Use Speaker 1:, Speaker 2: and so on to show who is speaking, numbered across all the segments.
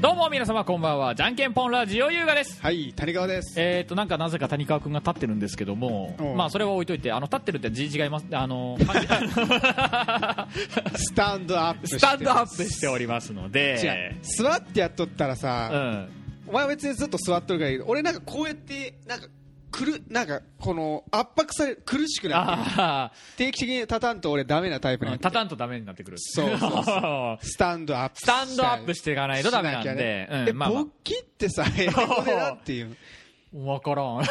Speaker 1: どうも皆様こんばんはじゃんけんぽんラジオ優雅です
Speaker 2: はい谷川です
Speaker 1: えっ、となんかなぜか谷川君が立ってるんですけども
Speaker 2: うん
Speaker 1: まあそれは置いといてあの立ってるって字違いますあ のあの
Speaker 2: スタンドアップして
Speaker 1: スタンドアップしておりますの
Speaker 2: 違う
Speaker 1: で
Speaker 2: 座ってやっとったら
Speaker 1: う
Speaker 2: さ、
Speaker 1: ん
Speaker 2: お前は別にずっと座っとるからいい俺なんかこうやってなんかくるなんかこの圧迫される苦しくなって
Speaker 1: ああ
Speaker 2: 定期的に立たんと俺ダメなタイプ なんで
Speaker 1: 立たんとダメになってくる
Speaker 2: そうそうそスタンドアップ
Speaker 1: スタンドアップしていかないとダメなんで
Speaker 2: しきゃね
Speaker 1: うん
Speaker 2: え
Speaker 1: まあまあ
Speaker 2: 勃起ってさ 英語でなんていう
Speaker 1: 分からん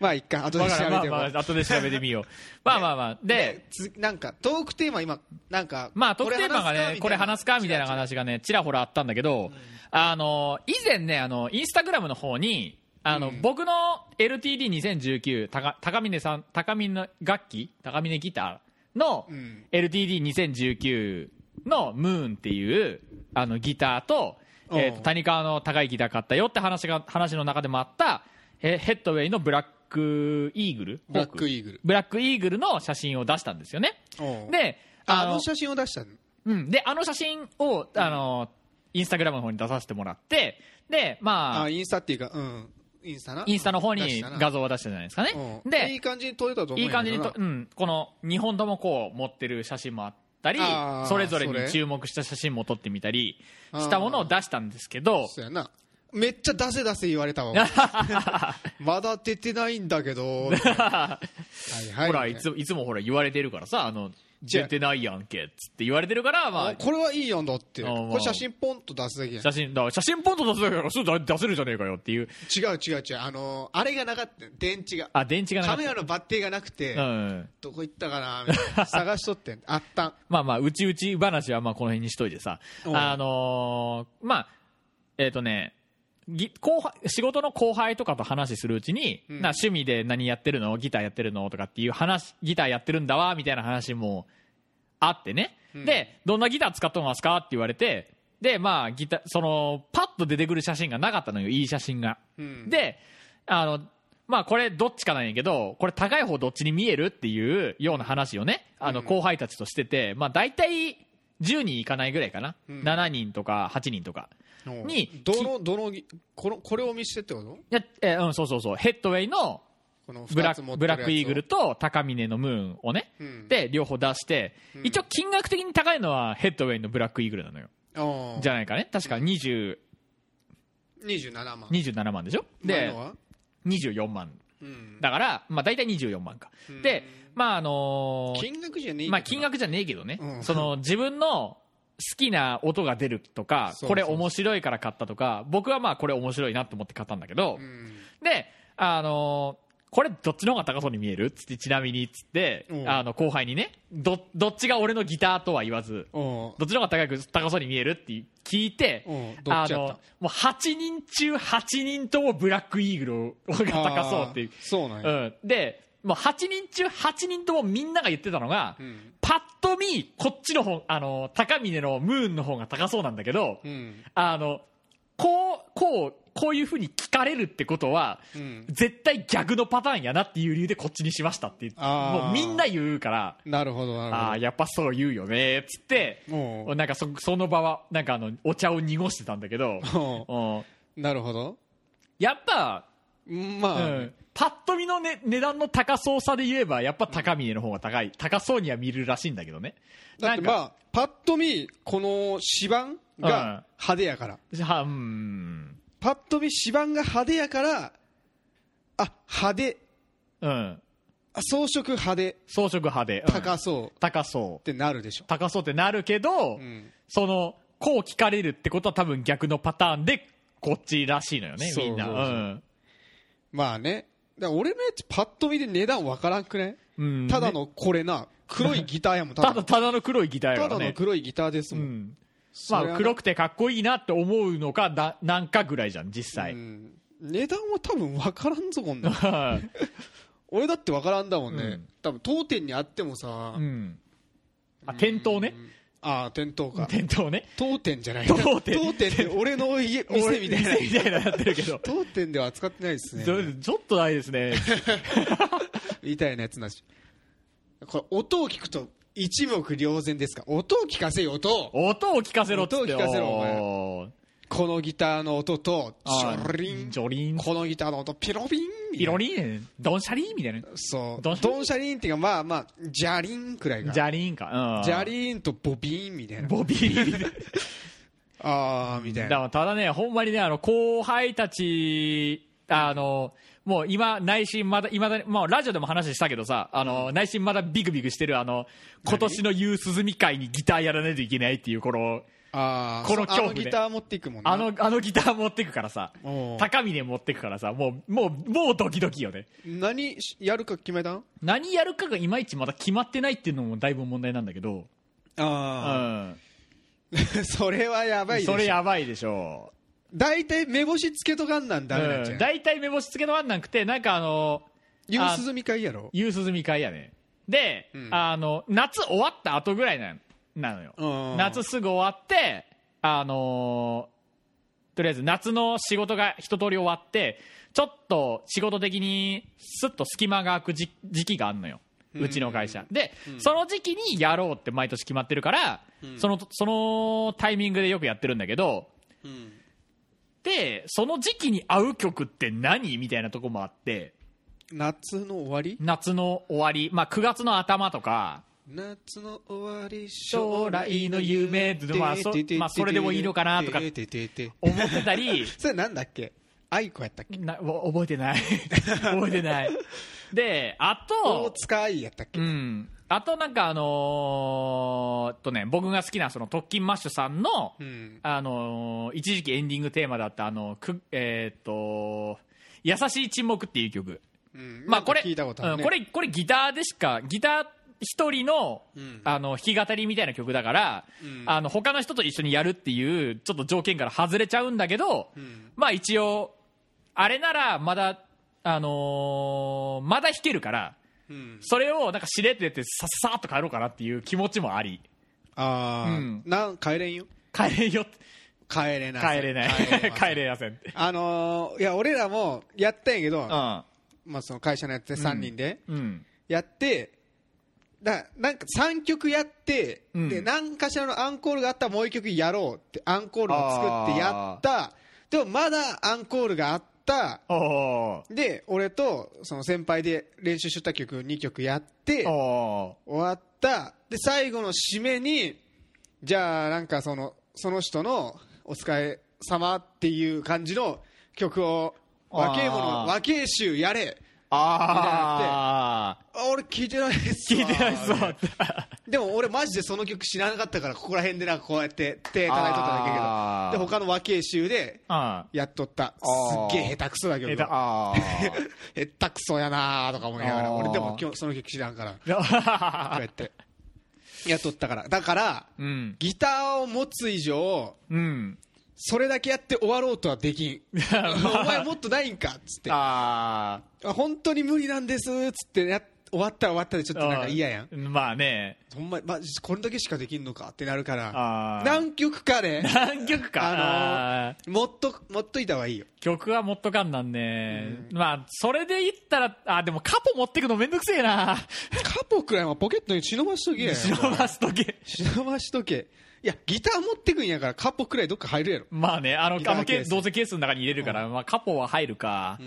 Speaker 2: まあいっか後で
Speaker 1: わ
Speaker 2: 調
Speaker 1: からん
Speaker 2: べ
Speaker 1: まあ
Speaker 2: ても
Speaker 1: まあ後で調べてみようまあまあまあで
Speaker 2: でつなんかトークテーマ今なんか
Speaker 1: まあ、特定版がね、これ話すかみたいな
Speaker 2: 話
Speaker 1: 話がね、ちらほらあったんだけど、あの、以前ね、あの、インスタグラムの方に、あの、僕の LTD2019、高高峰さん、高峰楽器高峰ギターの
Speaker 2: ん
Speaker 1: LTD2019 のムーンっていう、あの、ギターと、
Speaker 2: うん
Speaker 1: えーと、谷川の高いギター買ったよって話が、話の中でもあった、えーヘッドウェイのブラックイーグル
Speaker 2: ブラックイーグル
Speaker 1: ブラックイーグルの写真を出したんですよね。
Speaker 2: おう
Speaker 1: で、
Speaker 2: あの写真を出したの
Speaker 1: うん、であの写真をあの、インスタグラムの方に出させてもらってでまあ
Speaker 2: あインスタっていうかうんインスタな
Speaker 1: インスタの方に画
Speaker 2: 像
Speaker 1: 像を出したじゃないですかねで
Speaker 2: いい感じに撮れたと思う
Speaker 1: いい感じに
Speaker 2: 撮
Speaker 1: と、うん、この2本ともこう持ってる写真もあったり
Speaker 2: あー
Speaker 1: それぞれ
Speaker 2: そ
Speaker 1: に
Speaker 2: れ
Speaker 1: 注目した写真も撮ってみたりしたものを出したんですけど
Speaker 2: そうやなめっちゃ出せ出せ言われ たわまだ出てないんだけどはいはい
Speaker 1: ほらいついつもほら言われてるからさあの
Speaker 2: じゃあ
Speaker 1: 出てないやんけっつって言われてるから、ま
Speaker 2: あ
Speaker 1: あ、
Speaker 2: これはいいやんだって
Speaker 1: あまあ
Speaker 2: これ写真ポンと出すだけやん
Speaker 1: 写真だから写真ポンと出せるからすぐ出せるじゃねえかよっていう
Speaker 2: 違う違う違うあのーあれがなかった電池が
Speaker 1: あ電池がなか
Speaker 2: カ
Speaker 1: った
Speaker 2: メラのバッテリーがなくて、
Speaker 1: うん
Speaker 2: どこ行ったかなみたいな探しとってんあったん
Speaker 1: まあまあ、うちうち話はまあこの辺にしといてさ、
Speaker 2: おう
Speaker 1: あのーまあ、えっ、とね、ぎ後輩仕事の後輩とかと話するうちに、
Speaker 2: うん
Speaker 1: な趣味で何やってるのギターやってるのとかっていう話ギターやってるんだわみたいな話もあってね、
Speaker 2: うん
Speaker 1: でどんなギター使っとますかって言われてでまあギターそのパッと出てくる写真がなかったのよいい写真が、
Speaker 2: うん
Speaker 1: であのまあこれどっちかなんやけどこれ高い方どっちに見えるっていうような話をねあの
Speaker 2: うん
Speaker 1: 後輩たちとしてて、まあ大体10人いかないぐらいかな、
Speaker 2: うん
Speaker 1: 7人とか8人とかに
Speaker 2: どのどのこのこれを見せてってこと
Speaker 1: いやえーうんそうそうそうヘッドウェイの
Speaker 2: この
Speaker 1: ブ
Speaker 2: 2
Speaker 1: ラ
Speaker 2: つ
Speaker 1: ッ
Speaker 2: 持
Speaker 1: ク
Speaker 2: って
Speaker 1: ブ
Speaker 2: るや
Speaker 1: ラ
Speaker 2: つを
Speaker 1: ックイーグルと高峰のムーンをね、
Speaker 2: うん
Speaker 1: で両方出して、
Speaker 2: うん
Speaker 1: 一応金額的に高いのはヘッドウェイのブラックイーグルなのよ、
Speaker 2: ああ
Speaker 1: じゃないかね確か20
Speaker 2: 27万
Speaker 1: 27万でしょで
Speaker 2: 前のは
Speaker 1: 24万
Speaker 2: うん
Speaker 1: だから、まあ、大体24万か、
Speaker 2: うん
Speaker 1: でまああのー
Speaker 2: 金額じゃねえけどな
Speaker 1: まあ、金額じゃねえけどね、
Speaker 2: うん
Speaker 1: その自分の好きな音が出るとか
Speaker 2: そうそう
Speaker 1: これ面白いから買ったとか僕はまあこれ面白いなと思って買ったんだけど、
Speaker 2: うん
Speaker 1: で、あのーこれどっちの方が高そうに見えるつってちなみにっつって
Speaker 2: うん
Speaker 1: あの後輩にねどどっちが俺のギターとは言わず
Speaker 2: お
Speaker 1: どっちの方が高く高そうに見えるって聞いて
Speaker 2: うんどっ
Speaker 1: あ
Speaker 2: ちやった
Speaker 1: のもう8人中8人ともブラックイーグルが高そうっていう
Speaker 2: そうなんや
Speaker 1: うん、でもう8人中8人ともみんなが言ってたのが、
Speaker 2: うん
Speaker 1: パッと見こっちの方あの高峰のムーンの方が高そうなんだけど、
Speaker 2: うん
Speaker 1: あのこうこうこういうふうに聞かれるってことは、
Speaker 2: うん
Speaker 1: 絶対逆のパターンやなっていう理由でこっちにしましたって
Speaker 2: あー
Speaker 1: もうみんな言うから
Speaker 2: なるほど
Speaker 1: あ
Speaker 2: な
Speaker 1: あ
Speaker 2: る
Speaker 1: やっぱそう言うよねっつって
Speaker 2: ほどおう
Speaker 1: なんかそその場はなんかあのお茶を濁してたんだけど
Speaker 2: おう
Speaker 1: うん
Speaker 2: なるほど
Speaker 1: やっぱ
Speaker 2: まあ
Speaker 1: うんパッと見の、ね、値段の高そうさで言えばやっぱ高峰の方が高い、高そうには見るらしいんだけどね
Speaker 2: だってまあパッと見この指板が派手やから
Speaker 1: なんかはうん
Speaker 2: パッと見指板が派手やからあ派手
Speaker 1: うん
Speaker 2: あ装飾派手
Speaker 1: 装飾派で、うん
Speaker 2: 高そうっ
Speaker 1: 高そう
Speaker 2: てなるでしょ
Speaker 1: 高そうってなるけど、
Speaker 2: うん
Speaker 1: そのこう聞かれるってことは多分逆のパターンでこっちらしいのよね
Speaker 2: そう
Speaker 1: みんな
Speaker 2: そううそうんまあねだから俺のやつパッと見で値段わからんくね
Speaker 1: うん
Speaker 2: ただのこれな黒いギター やもんただ
Speaker 1: た
Speaker 2: の
Speaker 1: だただの黒いギターや
Speaker 2: た
Speaker 1: か
Speaker 2: だ
Speaker 1: ら
Speaker 2: の
Speaker 1: ね
Speaker 2: 黒いギターです
Speaker 1: う
Speaker 2: もん
Speaker 1: ん
Speaker 2: それは
Speaker 1: ま
Speaker 2: な
Speaker 1: あ、黒くてかっこいいなって思うのかななんかぐらいじゃん実際、
Speaker 2: うん値段は多分わからんぞこんなん俺だってわからんだもんね、
Speaker 1: うん
Speaker 2: 多分当店にあってもさ、
Speaker 1: うんあ店頭ね
Speaker 2: ああ店頭か
Speaker 1: 店頭ね
Speaker 2: 当店じゃない
Speaker 1: 当店
Speaker 2: 当店って俺の家店みたいな
Speaker 1: 俺店みたいなのやってるけ ど
Speaker 2: 当店では扱ってないですね
Speaker 1: ちょちょっとないですね
Speaker 2: みたいなやつなしこれ音を聞くと一目瞭然ですか音を聞かせよ音を
Speaker 1: 音を聞かせろっつって
Speaker 2: 音を聞かせろお前
Speaker 1: おー
Speaker 2: このギターの音と、ジ
Speaker 1: あー
Speaker 2: ョリン
Speaker 1: ジ。ョリン
Speaker 2: このギターの音、ピロビン。
Speaker 1: ピロリンドンシャリンみたいな
Speaker 2: そう。
Speaker 1: ド
Speaker 2: ド
Speaker 1: ン
Speaker 2: ン
Speaker 1: シャリン
Speaker 2: シャリンっていうか、まあまあ、ジャリンくらいが。
Speaker 1: ジ
Speaker 2: ジ
Speaker 1: ャリンか、うん、
Speaker 2: ャリンとボビンみたいな。
Speaker 1: ボビー
Speaker 2: あー、みたい
Speaker 1: だ
Speaker 2: な。
Speaker 1: からただねほんまにねあの後輩たちあのもう今内心まだいまだにもうラジオでも話したけどさあの内心まだビクビクしてるあの今年の夕涼み会にギターやらないといけないっていうこの
Speaker 2: あー
Speaker 1: この
Speaker 2: そうあ
Speaker 1: 恐怖
Speaker 2: の
Speaker 1: ね
Speaker 2: ギター持っていくもんね。
Speaker 1: あのあのギター持ってくからさ
Speaker 2: おう
Speaker 1: 高峰持ってくからさもうもうもうドキドキよね
Speaker 2: 何しやるか決めたん
Speaker 1: 何やるかがいまいちまだ決まってないっていうのもだいぶ問題なんだけど、う
Speaker 2: あ
Speaker 1: ん、
Speaker 2: あ。 それはやばいでし
Speaker 1: そ
Speaker 2: ょ
Speaker 1: れ。やばいでしょ
Speaker 2: 大体目星つけとかんなん
Speaker 1: う
Speaker 2: ダメなんじ
Speaker 1: うん
Speaker 2: ゃん。
Speaker 1: 大体、目星つけのあんなんくてなんかあの
Speaker 2: 夕涼み会やろ。
Speaker 1: 夕涼み会やねで、
Speaker 2: うん
Speaker 1: あの夏終わった後ぐらいななのよ、
Speaker 2: うん
Speaker 1: 夏すぐ終わってあのーとりあえず夏の仕事が一通り終わってちょっと仕事的にすっと隙間が空く時時期があるのよ
Speaker 2: うん
Speaker 1: うちの会社、で、その時期にやろうって毎年決まってるから、そのそのタイミングでよくやってるんだけど
Speaker 2: うん。
Speaker 1: でその時期に合う曲って何みたいなとこもあって
Speaker 2: 夏の終わり
Speaker 1: 夏の終わり、まあ、9月の頭とか
Speaker 2: 夏の終わり
Speaker 1: 将来の夢まあそまあそれでもいいのかなとか
Speaker 2: てててて
Speaker 1: 思ってたり
Speaker 2: それなんだっけ愛子やったっけ
Speaker 1: なわ覚えてない 覚えてないであ
Speaker 2: 大
Speaker 1: と、
Speaker 2: 塚愛やったっけ
Speaker 1: うん、あとなんかあのーっとね僕が好きなその特勤マッシュさんの、
Speaker 2: うん
Speaker 1: あのー一時期エンディングテーマだったあのくえーっと「優しい沈黙」っていう曲
Speaker 2: うん
Speaker 1: まあこれ
Speaker 2: なんか聞いたことある
Speaker 1: うん
Speaker 2: ね
Speaker 1: これこれギターでしかギター一人の,、
Speaker 2: うん
Speaker 1: あの弾き語りみたいな曲だから、
Speaker 2: うん
Speaker 1: あの他の人と一緒にやるっていうちょっと条件から外れちゃうんだけど、
Speaker 2: ん
Speaker 1: まあ一応あれならまだ、あのーまだ弾けるから
Speaker 2: うん
Speaker 1: それをなんかしれってやってささっと帰ろうかなっていう気持ちもあり
Speaker 2: あ
Speaker 1: うん
Speaker 2: あなん帰れんよ
Speaker 1: 帰れんよ
Speaker 2: 帰れない
Speaker 1: 帰れない 帰れやせんって
Speaker 2: あのーいや俺らもやったんやけど
Speaker 1: うん
Speaker 2: まあその会社のやつで3人で
Speaker 1: うん
Speaker 2: やってだなんか3曲やって、
Speaker 1: うん
Speaker 2: で何かしらのアンコールがあったらもう1曲やろうってアンコールを作ってやったでもまだアンコールがあった
Speaker 1: おお
Speaker 2: で俺とその先輩で練習してた曲2曲やって
Speaker 1: ーお
Speaker 2: 終わったで最後の締めにじゃあなんかそのその人の「お疲れ様っていう感じの曲を若え
Speaker 1: あー
Speaker 2: 者若え衆やれ
Speaker 1: あああ
Speaker 2: あ俺聞いてないっす
Speaker 1: 聞
Speaker 2: わ
Speaker 1: いてないそう
Speaker 2: でも俺マジでその曲知らなかったからここら辺でなんかこうやって手叩いとっただけ
Speaker 1: あー
Speaker 2: やけどで他の和慶集で
Speaker 1: あ
Speaker 2: やっとったす
Speaker 1: あー
Speaker 2: っげえ下手くそだけ
Speaker 1: え
Speaker 2: ど
Speaker 1: だあー
Speaker 2: 下手くそやなーとか思いながら
Speaker 1: あー
Speaker 2: 俺でも今日その曲知らんからこ
Speaker 1: だ
Speaker 2: うやってやっとったからだから
Speaker 1: うん
Speaker 2: ギターを持つ以上
Speaker 1: うん
Speaker 2: それだけやって終わろうとはでき んお前もっとないんかっつってあ
Speaker 1: あ
Speaker 2: 本当に無理なんですっつってや終わったら終わったでちょっとなんか嫌やん
Speaker 1: あまあね
Speaker 2: ほんま、まじこれだけしかできんのかってなるから
Speaker 1: ああ
Speaker 2: 何曲か で、
Speaker 1: 何曲か、
Speaker 2: あのー
Speaker 1: あー
Speaker 2: 持っと持っといた方がいいよ
Speaker 1: 曲は持っとかんなんね、まあそれで言ったらあでもカポ持ってくのめんどくせえな
Speaker 2: カポくらいはポケットに忍ばしとけや
Speaker 1: 忍ばしとけ
Speaker 2: 忍ばしとけいやギター持ってくんやからカポくらいどっか入るやろ、
Speaker 1: まあねあの
Speaker 2: ギタ
Speaker 1: あ
Speaker 2: ー
Speaker 1: の
Speaker 2: ケ
Speaker 1: ケ
Speaker 2: ース
Speaker 1: どうせケースの中に入れるから、まあ、カポは入るかう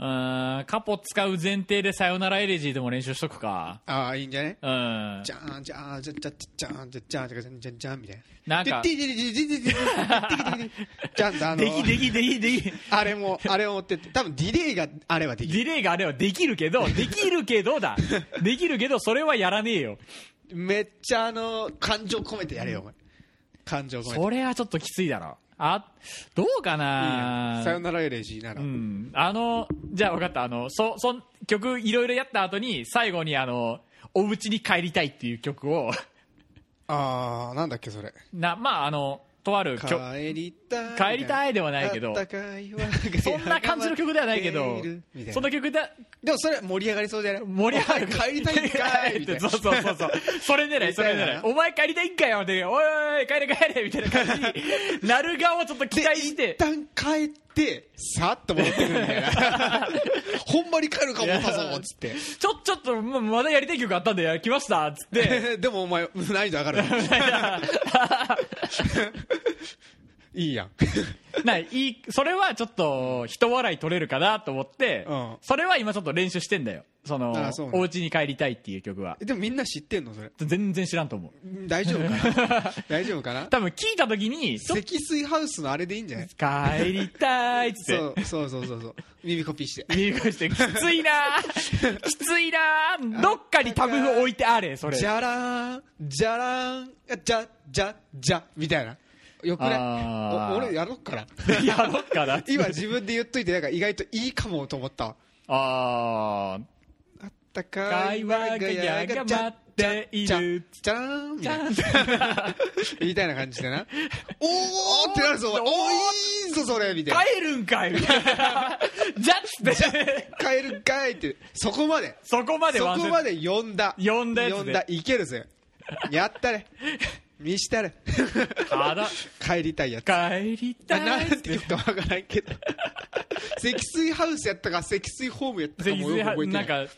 Speaker 1: ーんカポ使う前提でさよならエレジーでも練習しとくか
Speaker 2: ああいいんじゃね
Speaker 1: うん
Speaker 2: じゃーんじゃーんじゃんじゃんじゃーんじゃんじゃんじゃんじゃんじゃんじゃんみたい
Speaker 1: な
Speaker 2: なん
Speaker 1: か
Speaker 2: ででででででででじゃんあの
Speaker 1: できできできでき
Speaker 2: あれもあれを持ってって多分ディレイがあればでき
Speaker 1: ディレイがあればできるけど できるけどだできるけどそれはやらねえよ
Speaker 2: るめっちゃあの感情込めてやれよお前感情込めて
Speaker 1: それはちょっときついだろあどうかな
Speaker 2: さよならエレジーなら、
Speaker 1: うん、あのじゃあ分かったあのそそん曲いろいろやった後に最後にあの「お家に帰りたい」っていう曲を
Speaker 2: ああなんだっけそれ
Speaker 1: なまああのとある曲
Speaker 2: 帰りたい
Speaker 1: 帰りたいではないけど
Speaker 2: あったかいわが
Speaker 1: そんな感じの曲ではないけ
Speaker 2: やが
Speaker 1: ど
Speaker 2: ているみたいな
Speaker 1: その曲だ
Speaker 2: でもそれ盛り上がりそうじゃない
Speaker 1: 盛り上がる
Speaker 2: 帰りたいんかいみたい
Speaker 1: そう
Speaker 2: な
Speaker 1: そうそうそうそれ狙いそれ
Speaker 2: みたい
Speaker 1: 狙い
Speaker 2: な
Speaker 1: お前帰りたいんかよっておいおい帰れ帰れみたいな感じになる側をちょっと期待し
Speaker 2: で
Speaker 1: て
Speaker 2: 一旦帰ってさっと戻ってくるみた いなほんまに帰るかもたぞっつって
Speaker 1: ちょちょっとままだやりたい曲あったんで来ましたっつって
Speaker 2: でもお前難易度上がるわいいやん
Speaker 1: ないいいそれはちょっと人笑い取れるかなと思って、
Speaker 2: うん
Speaker 1: それは今ちょっと練習してんだよその
Speaker 2: あそうなんだ
Speaker 1: お家に帰りたいっていう曲は
Speaker 2: でもみんな知ってんのそれ
Speaker 1: 全然知らんと思う
Speaker 2: 大丈夫 かな大丈夫かな
Speaker 1: 多分聞いた時にちょっ
Speaker 2: 積水ハウスのあれでいいんじゃない
Speaker 1: と帰りたいっつって
Speaker 2: そうそうそうそうそう耳コピーして
Speaker 1: 見返してきついなーきついなーどっかにタブを置いてあれそれ
Speaker 2: じゃらーんじゃらーんじゃじゃじゃみたいなよく
Speaker 1: あ
Speaker 2: ね
Speaker 1: ー
Speaker 2: お俺やろっから
Speaker 1: やろっかな
Speaker 2: 今自分で言っといてなんか意外といいかもと思ったわ
Speaker 1: あ
Speaker 2: あったか
Speaker 1: ー
Speaker 2: い
Speaker 1: 会話がやが待ってい
Speaker 2: じゃ
Speaker 1: る
Speaker 2: じゃーんみ
Speaker 1: じ
Speaker 2: たい
Speaker 1: ゃ
Speaker 2: なんみたいな感じでなおーってなるぞお前おーいいぞそれみたいな
Speaker 1: 帰るんかい みたいなじゃっつって
Speaker 2: 帰るかいってそこまで
Speaker 1: そこまで
Speaker 2: そ
Speaker 1: 忘れ
Speaker 2: こまで呼んだ
Speaker 1: 呼んだやつで
Speaker 2: 呼んだいけるぜやったれ見した れ
Speaker 1: あら
Speaker 2: 帰りたいやつ
Speaker 1: 帰りた
Speaker 2: あ
Speaker 1: い
Speaker 2: なんて言うかわからんけど積水ハウスやったか積水ホームやったかもよく覚えてな
Speaker 1: ないんか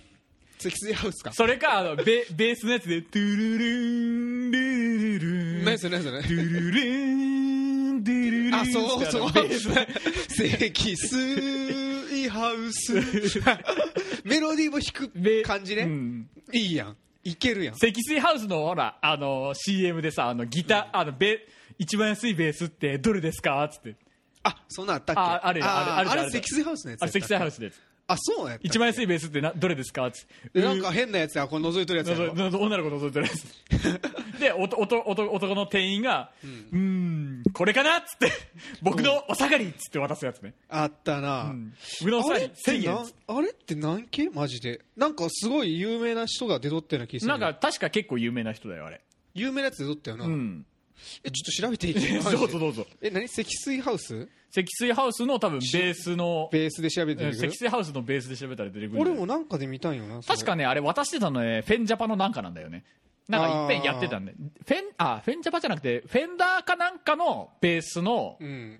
Speaker 2: 積水ハウスか
Speaker 1: それかあのベベースのやつで「トゥルルンルルルン」
Speaker 2: 何それ何それ
Speaker 1: ドゥルルーンドゥルルーン
Speaker 2: あそうそう
Speaker 1: ベース
Speaker 2: 積水ハウスメロディーも弾
Speaker 1: ベ
Speaker 2: く 感じ
Speaker 1: う
Speaker 2: ね
Speaker 1: ん
Speaker 2: いいやんいけるやん
Speaker 1: 積水ハウスのほらあの CM でさあのギター、あのベ一番安いベースってどれですかっつって
Speaker 2: あそんなんあったっけ
Speaker 1: ああるよあるある
Speaker 2: あ
Speaker 1: ある
Speaker 2: れ積水ハウスのやつ
Speaker 1: あ
Speaker 2: や
Speaker 1: れ
Speaker 2: った
Speaker 1: 積水ハウスです
Speaker 2: あそうやった
Speaker 1: 一番安いベースってなどれですかっつって
Speaker 2: でなんか変なやつやこれ覗いとるやつ
Speaker 1: の
Speaker 2: や
Speaker 1: ぞ
Speaker 2: ろ
Speaker 1: のぞ女の子のぞいてるやつ でおとおとおと男の店員が「うーんこれかな?」っつって「僕のお下がり」っつって渡すやつね
Speaker 2: あったな、
Speaker 1: 「僕のお下
Speaker 2: あ
Speaker 1: が
Speaker 2: れ
Speaker 1: り
Speaker 2: って
Speaker 1: 1000円」
Speaker 2: な
Speaker 1: っつっ
Speaker 2: あれって何系マジでなんかすごい有名な人が出とったような気がす
Speaker 1: て
Speaker 2: る
Speaker 1: な
Speaker 2: なん
Speaker 1: か確か結構有名な人だよあれ
Speaker 2: 有名なやつ出とったよな、
Speaker 1: うん
Speaker 2: えちょっと調べていいけ マ ジで
Speaker 1: どうぞどうぞ
Speaker 2: え何積水ハウス
Speaker 1: 積水ハウスの多分ベースの
Speaker 2: ベースで調べて
Speaker 1: うん
Speaker 2: みる
Speaker 1: 積水ハウスのベースで調べたら出てくるんだよ
Speaker 2: 俺もなんかで見たんよなそれ
Speaker 1: 確かねあれ渡してたのねフェンジャパのなんかなんだよねなんかいっぺんやってたんでフェンあフェンジャパじゃなくてフェンダーかなんかのベースの
Speaker 2: うん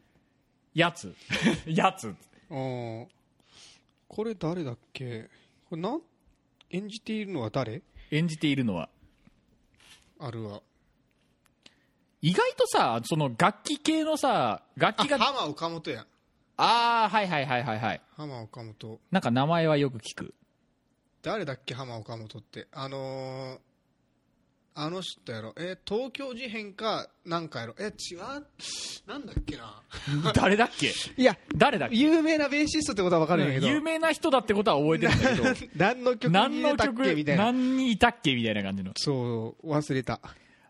Speaker 1: や つやつ
Speaker 2: あーこれ誰だっけこれなん演じているのは誰
Speaker 1: 演じているのは
Speaker 2: あるわ
Speaker 1: 意外とさその楽器系のさ楽器があ
Speaker 2: 浜岡本や
Speaker 1: あーはいはいはいはいはい
Speaker 2: 浜岡本
Speaker 1: なんか名前はよく聞 く
Speaker 2: 誰だっけ浜岡本ってあのーあの人やろえー東京事変かなんかやろえ違うなんだっけな
Speaker 1: 誰だっけ
Speaker 2: いや
Speaker 1: 誰だっけ
Speaker 2: 有名なベーシストってことは分かるんやけど、
Speaker 1: 有名な人だってことは覚えてるんだけど
Speaker 2: 何 の曲
Speaker 1: 何
Speaker 2: に
Speaker 1: の
Speaker 2: 出たっ
Speaker 1: 曲
Speaker 2: けみたいな
Speaker 1: 何にいたっけみたいな感じの
Speaker 2: そう忘れた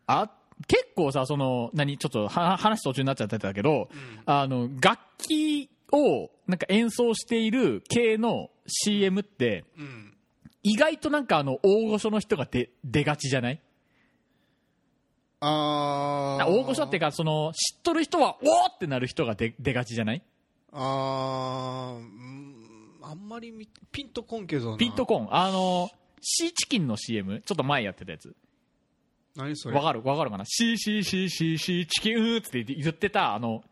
Speaker 1: あ結構さその何ちょっとは話途中になっちゃってたけど、あの楽器をなんか演奏している系の CM って
Speaker 2: うん
Speaker 1: 意外となんかあの大御所の人が出出がちじゃない
Speaker 2: あ
Speaker 1: な
Speaker 2: あ
Speaker 1: 大御所っていうかその知っとる人はおーってなる人が出出がちじゃない
Speaker 2: あーうんあんまりみピンとこんけどな
Speaker 1: ピントコーンあのシーチキンの CM ちょっと前やってたやつ
Speaker 2: 何それ
Speaker 1: わかるわかるかなシーシーシーシーシーチキンうーっつって言ってたあの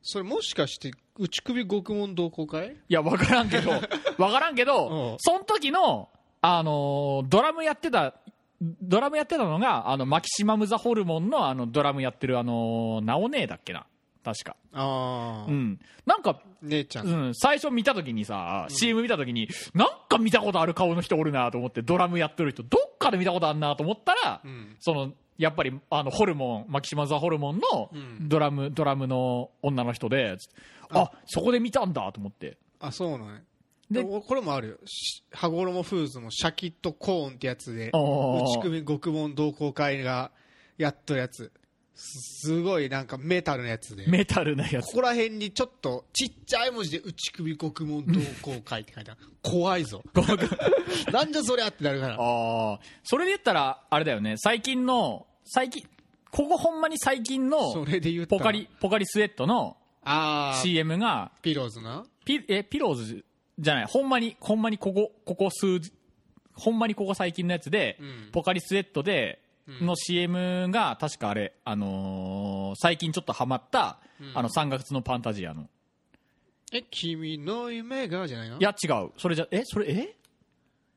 Speaker 2: それもしかして内首獄門同好
Speaker 1: い
Speaker 2: 会
Speaker 1: や、わからんけ ど、わからんけ
Speaker 2: う
Speaker 1: ど
Speaker 2: ん、
Speaker 1: その時の、あのードラムやってた、ドラムやってたのが、あの、マキシマム・ザ・ホルモンの、あの、ドラムやってる、あのー、ナオネーだっけな。確か。
Speaker 2: ああ、
Speaker 1: うん。なんか、
Speaker 2: 姉ちゃん、
Speaker 1: うん、最初見た時にさ、CM 見た時に、なんか見たことある顔の人おるなと思って、ドラムやってる人、どっかで見たことあるなと思ったら、
Speaker 2: ん
Speaker 1: その、やっぱり、あの、ホルモン、マキシマムザホルモンの
Speaker 2: ん
Speaker 1: ドラム、ドラムの女の人で、つってあ、そこで見たんだと思って。
Speaker 2: あそうなんや
Speaker 1: で
Speaker 2: でおこれもあるよし羽衣フーズもシャキッとコーンってやつで
Speaker 1: おー
Speaker 2: 内首獄門同好会がやっとるやつすすごいなんかメタルのやつで
Speaker 1: メタルなや
Speaker 2: こ
Speaker 1: つ。
Speaker 2: こら辺にちょっとちっちゃい文字で内首獄門同好会って書いてある 怖いぞなんじゃそりゃってなるか
Speaker 1: あ
Speaker 2: ら
Speaker 1: あ。それで言ったら、あれだよね、最近の、最近、ここほんまに最近
Speaker 2: そ
Speaker 1: の、
Speaker 2: れで言った
Speaker 1: ポ
Speaker 2: ら
Speaker 1: カリ、ポカリスエットの
Speaker 2: ああ
Speaker 1: CM が、
Speaker 2: ピローズな
Speaker 1: ピえピローズじゃない、ほんまに、ほんまにここ、ここ数日、ほんまにここ最近のやつで、
Speaker 2: うん
Speaker 1: ポカリスエットで、
Speaker 2: ん
Speaker 1: の CM が、確かあれ、あのー最近ちょっとハマった、あの、三月のパンタジアの。
Speaker 2: え君の夢がじゃないの
Speaker 1: いや、違う。それじゃ、えそれ、え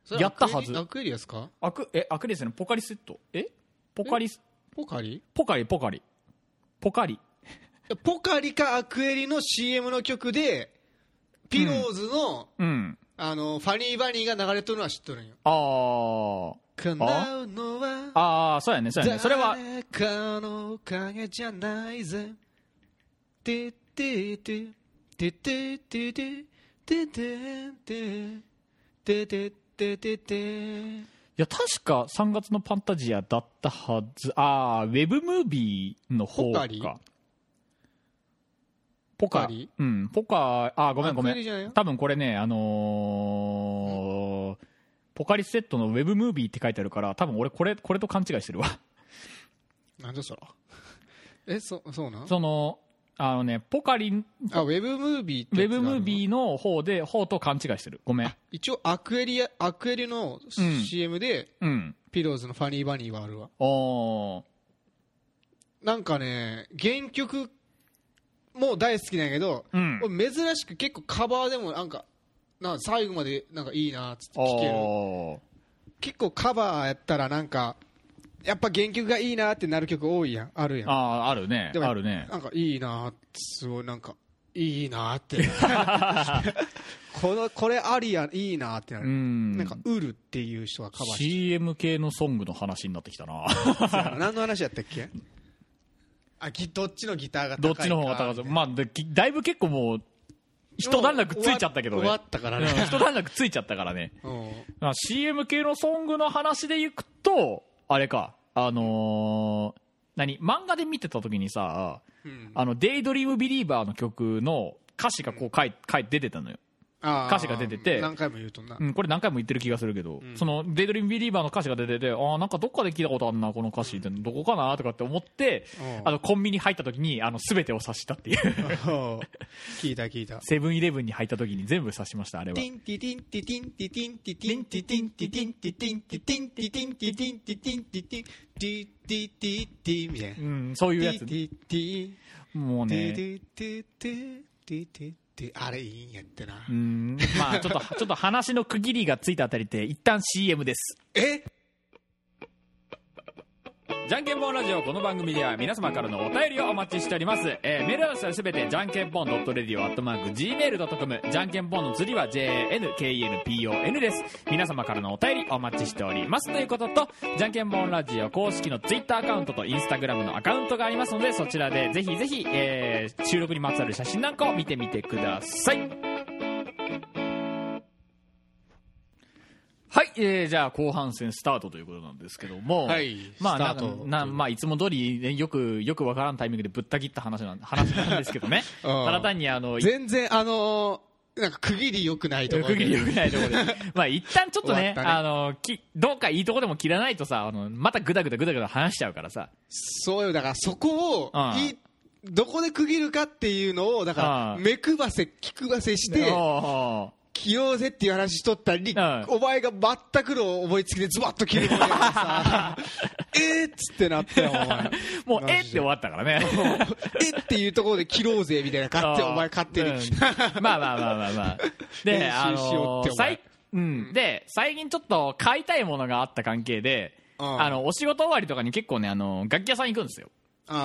Speaker 2: それ
Speaker 1: やったはず
Speaker 2: アクエリアスか
Speaker 1: アク、え、アクリスのポカリスエットえポカリス、
Speaker 2: ポカリ
Speaker 1: ポカリ、ポカリ。ポカリ。
Speaker 2: ポカリかアクエリの CM の曲でピローズの,、
Speaker 1: うん
Speaker 2: あのファニーバニーが流れとるのは知っとるんよ
Speaker 1: あー
Speaker 2: 叶うのは
Speaker 1: あーそうやねそうやねそれは
Speaker 2: 誰かのおかげじゃないぜてってっててってってててててててててて
Speaker 1: いや確か3月のファンタジアだったはずああウェブムービーの方か
Speaker 2: ポカリ
Speaker 1: ポカ
Speaker 2: ポカリ
Speaker 1: うんポカあーごめ
Speaker 2: あ
Speaker 1: んごめ
Speaker 2: ポカリじゃない
Speaker 1: ん
Speaker 2: よ
Speaker 1: 多分これねあのーポカリスエットのウェブムービーって書いてあるから多分俺これこれと勘違いしてるわ
Speaker 2: なんじゃそら えそそうなん
Speaker 1: そのあのねポカリウ
Speaker 2: あウェブムービーって
Speaker 1: ェブムー
Speaker 2: ー
Speaker 1: ビーの方で方と勘違いしてるごめん
Speaker 2: 一応アクエリアアクエリ
Speaker 1: う
Speaker 2: の
Speaker 1: ん
Speaker 2: CM で、
Speaker 1: うん
Speaker 2: ピローズのファニーバニーはあるわ
Speaker 1: おー
Speaker 2: なんかね原曲も大好きなんやけど、
Speaker 1: うん
Speaker 2: 俺珍しく結構カバーでもなんかなんか最後までなんかいいなっつって聴ける
Speaker 1: おー
Speaker 2: 結構カバーやったらなんかやっぱ原曲がいいなってなる曲多いやんあるやん
Speaker 1: あーあるね
Speaker 2: でも
Speaker 1: あるね
Speaker 2: なんかいいなってすごいなんかいいなって このこれありやいいなってな
Speaker 1: う
Speaker 2: る、
Speaker 1: ん
Speaker 2: なんかウルっていう人がカバーして
Speaker 1: CM 系のソングの話になってきた な
Speaker 2: た何の話やったっけあぎどっちのギターが高
Speaker 1: ど
Speaker 2: い
Speaker 1: っ
Speaker 2: か
Speaker 1: ちの方が高そうまあできだいぶ結構もう一
Speaker 2: もう
Speaker 1: 段落ついちゃったけどね
Speaker 2: 終わ終わったからね
Speaker 1: うん一段落ついちゃったからね
Speaker 2: うん
Speaker 1: まあ CM 系のソングの話でいくとあれかあのー何漫画で見てた時にさ
Speaker 2: うん
Speaker 1: 「あのデイドリームビリーバー」の曲の歌詞がこう書い書い出てたのよ、
Speaker 2: あー
Speaker 1: 歌詞が出てて
Speaker 2: 何回も言うとんな、
Speaker 1: うん、これ何回も言ってる気がするけど、
Speaker 2: ん
Speaker 1: その「デイドリームビリーバー」の歌詞が出ててあーなんかどっかで聞いたことあるなこの歌詞ってどこかなとかって思って
Speaker 2: うん
Speaker 1: あのコンビニ入った時にあの全てを指したっていう
Speaker 2: おう聞いた聞い た
Speaker 1: セブンイレブンに入った時に全部刺しましたあれは
Speaker 2: ティンティティンティティンティティンティティンティティンティティンティティンティティンティティンティティンティティンティティンティティティティみたいな
Speaker 1: うん
Speaker 2: テ
Speaker 1: そういうや
Speaker 2: ィ
Speaker 1: つ
Speaker 2: ティティ
Speaker 1: もう
Speaker 2: ティテ
Speaker 1: ね
Speaker 2: ィティティティティティあれいいんやってな
Speaker 1: うんまあちょっとちょっと話の区切りがついたあたりで一旦 CM です
Speaker 2: え
Speaker 1: じゃんけんぽんラジオこの番組では皆様からのお便りをお待ちしております、えーメールアドレスはすべてじゃんけんぽん .radio.gmail.com じゃんけんぽんの釣りは JNKNPON です皆様からのお便りお待ちしておりますということとじゃんけんぽんラジオ公式の Twitter アカウントと Instagram のアカウントがありますのでそちらでぜひぜひ、えー収録にまつわる写真なんかを見てみてくださいはい、えーじゃあ後半戦スタートということなんですけども、
Speaker 2: はい
Speaker 1: まあ、
Speaker 2: ス
Speaker 1: な
Speaker 2: タート
Speaker 1: んかなまあ、いつも通り、ね、よく、よくわからんタイミングでぶった切った話なん話なんですけどね。
Speaker 2: う
Speaker 1: た
Speaker 2: ん
Speaker 1: だ単に、あの、い
Speaker 2: 全然あのーなんか区切り良くないと思う
Speaker 1: 区切り良くないところで。まあ、一旦ちょっとね、
Speaker 2: 終わったね
Speaker 1: あの、き、どうかいいとこでも切らないとさ、あの、またぐだぐだぐだぐだ話しちゃうからさ。
Speaker 2: そうよだからそこを
Speaker 1: うん
Speaker 2: いどこで区切るかっていうのをだから
Speaker 1: うん
Speaker 2: 目くばせ気くばせして
Speaker 1: おうお
Speaker 2: 起用ぜっていう話しとったのに、
Speaker 1: ん
Speaker 2: お前が全くの思いつきでズバッと切れ込んできて さえーっつってなったよお前
Speaker 1: うもう、
Speaker 2: マジで
Speaker 1: えって終わったからね。
Speaker 2: えっていうところで切ろうぜみたいな勝手お前勝手 に、
Speaker 1: うんまあまあまあまあまあ。で、
Speaker 2: 練
Speaker 1: あ
Speaker 2: 習しよ
Speaker 1: の
Speaker 2: うってお前
Speaker 1: 最うん、で、最近ちょっと買いたいものがあった関係で、
Speaker 2: うん
Speaker 1: あの、お仕事終わりとかに結構ね、あの、楽器屋さん行くんですよ。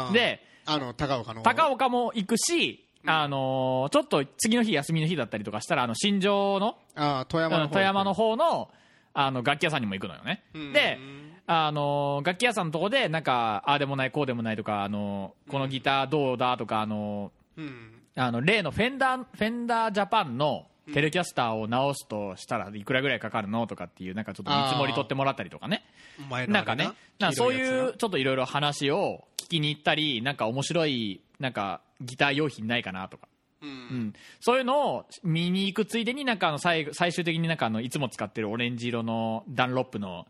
Speaker 2: うん
Speaker 1: で、
Speaker 2: あの高岡の
Speaker 1: 高岡も行くし、あのーちょっと次の日休みの日だったりとかしたらあの新庄の
Speaker 2: あー富山
Speaker 1: う
Speaker 2: の
Speaker 1: ん
Speaker 2: 方
Speaker 1: 富山の方のあの楽器屋さんにも行くのよね、
Speaker 2: ん
Speaker 1: で、あのー楽器屋さんのとこでなんかああでもないこうでもないとか、あのーこのギターどうだとか、あの
Speaker 2: うん
Speaker 1: ーあの例のフェンダーフェンダージャパンのテレキャスターを直すとしたらいくらぐらいかかるのとかっていうなんかちょっと見積もり取ってもらったりとかね
Speaker 2: お前の
Speaker 1: なん
Speaker 2: あ
Speaker 1: か
Speaker 2: れ
Speaker 1: ね、なんかそう
Speaker 2: 黄色やつ
Speaker 1: いうちょっといろいろ話を聞きに行ったり、なんか面白いなんかギター用品ないかなとか、
Speaker 2: なうん
Speaker 1: うん、そういうのを見に行くついでになんかあの最後最終的になんかあのいつも使ってるオレンジ色のダンロップの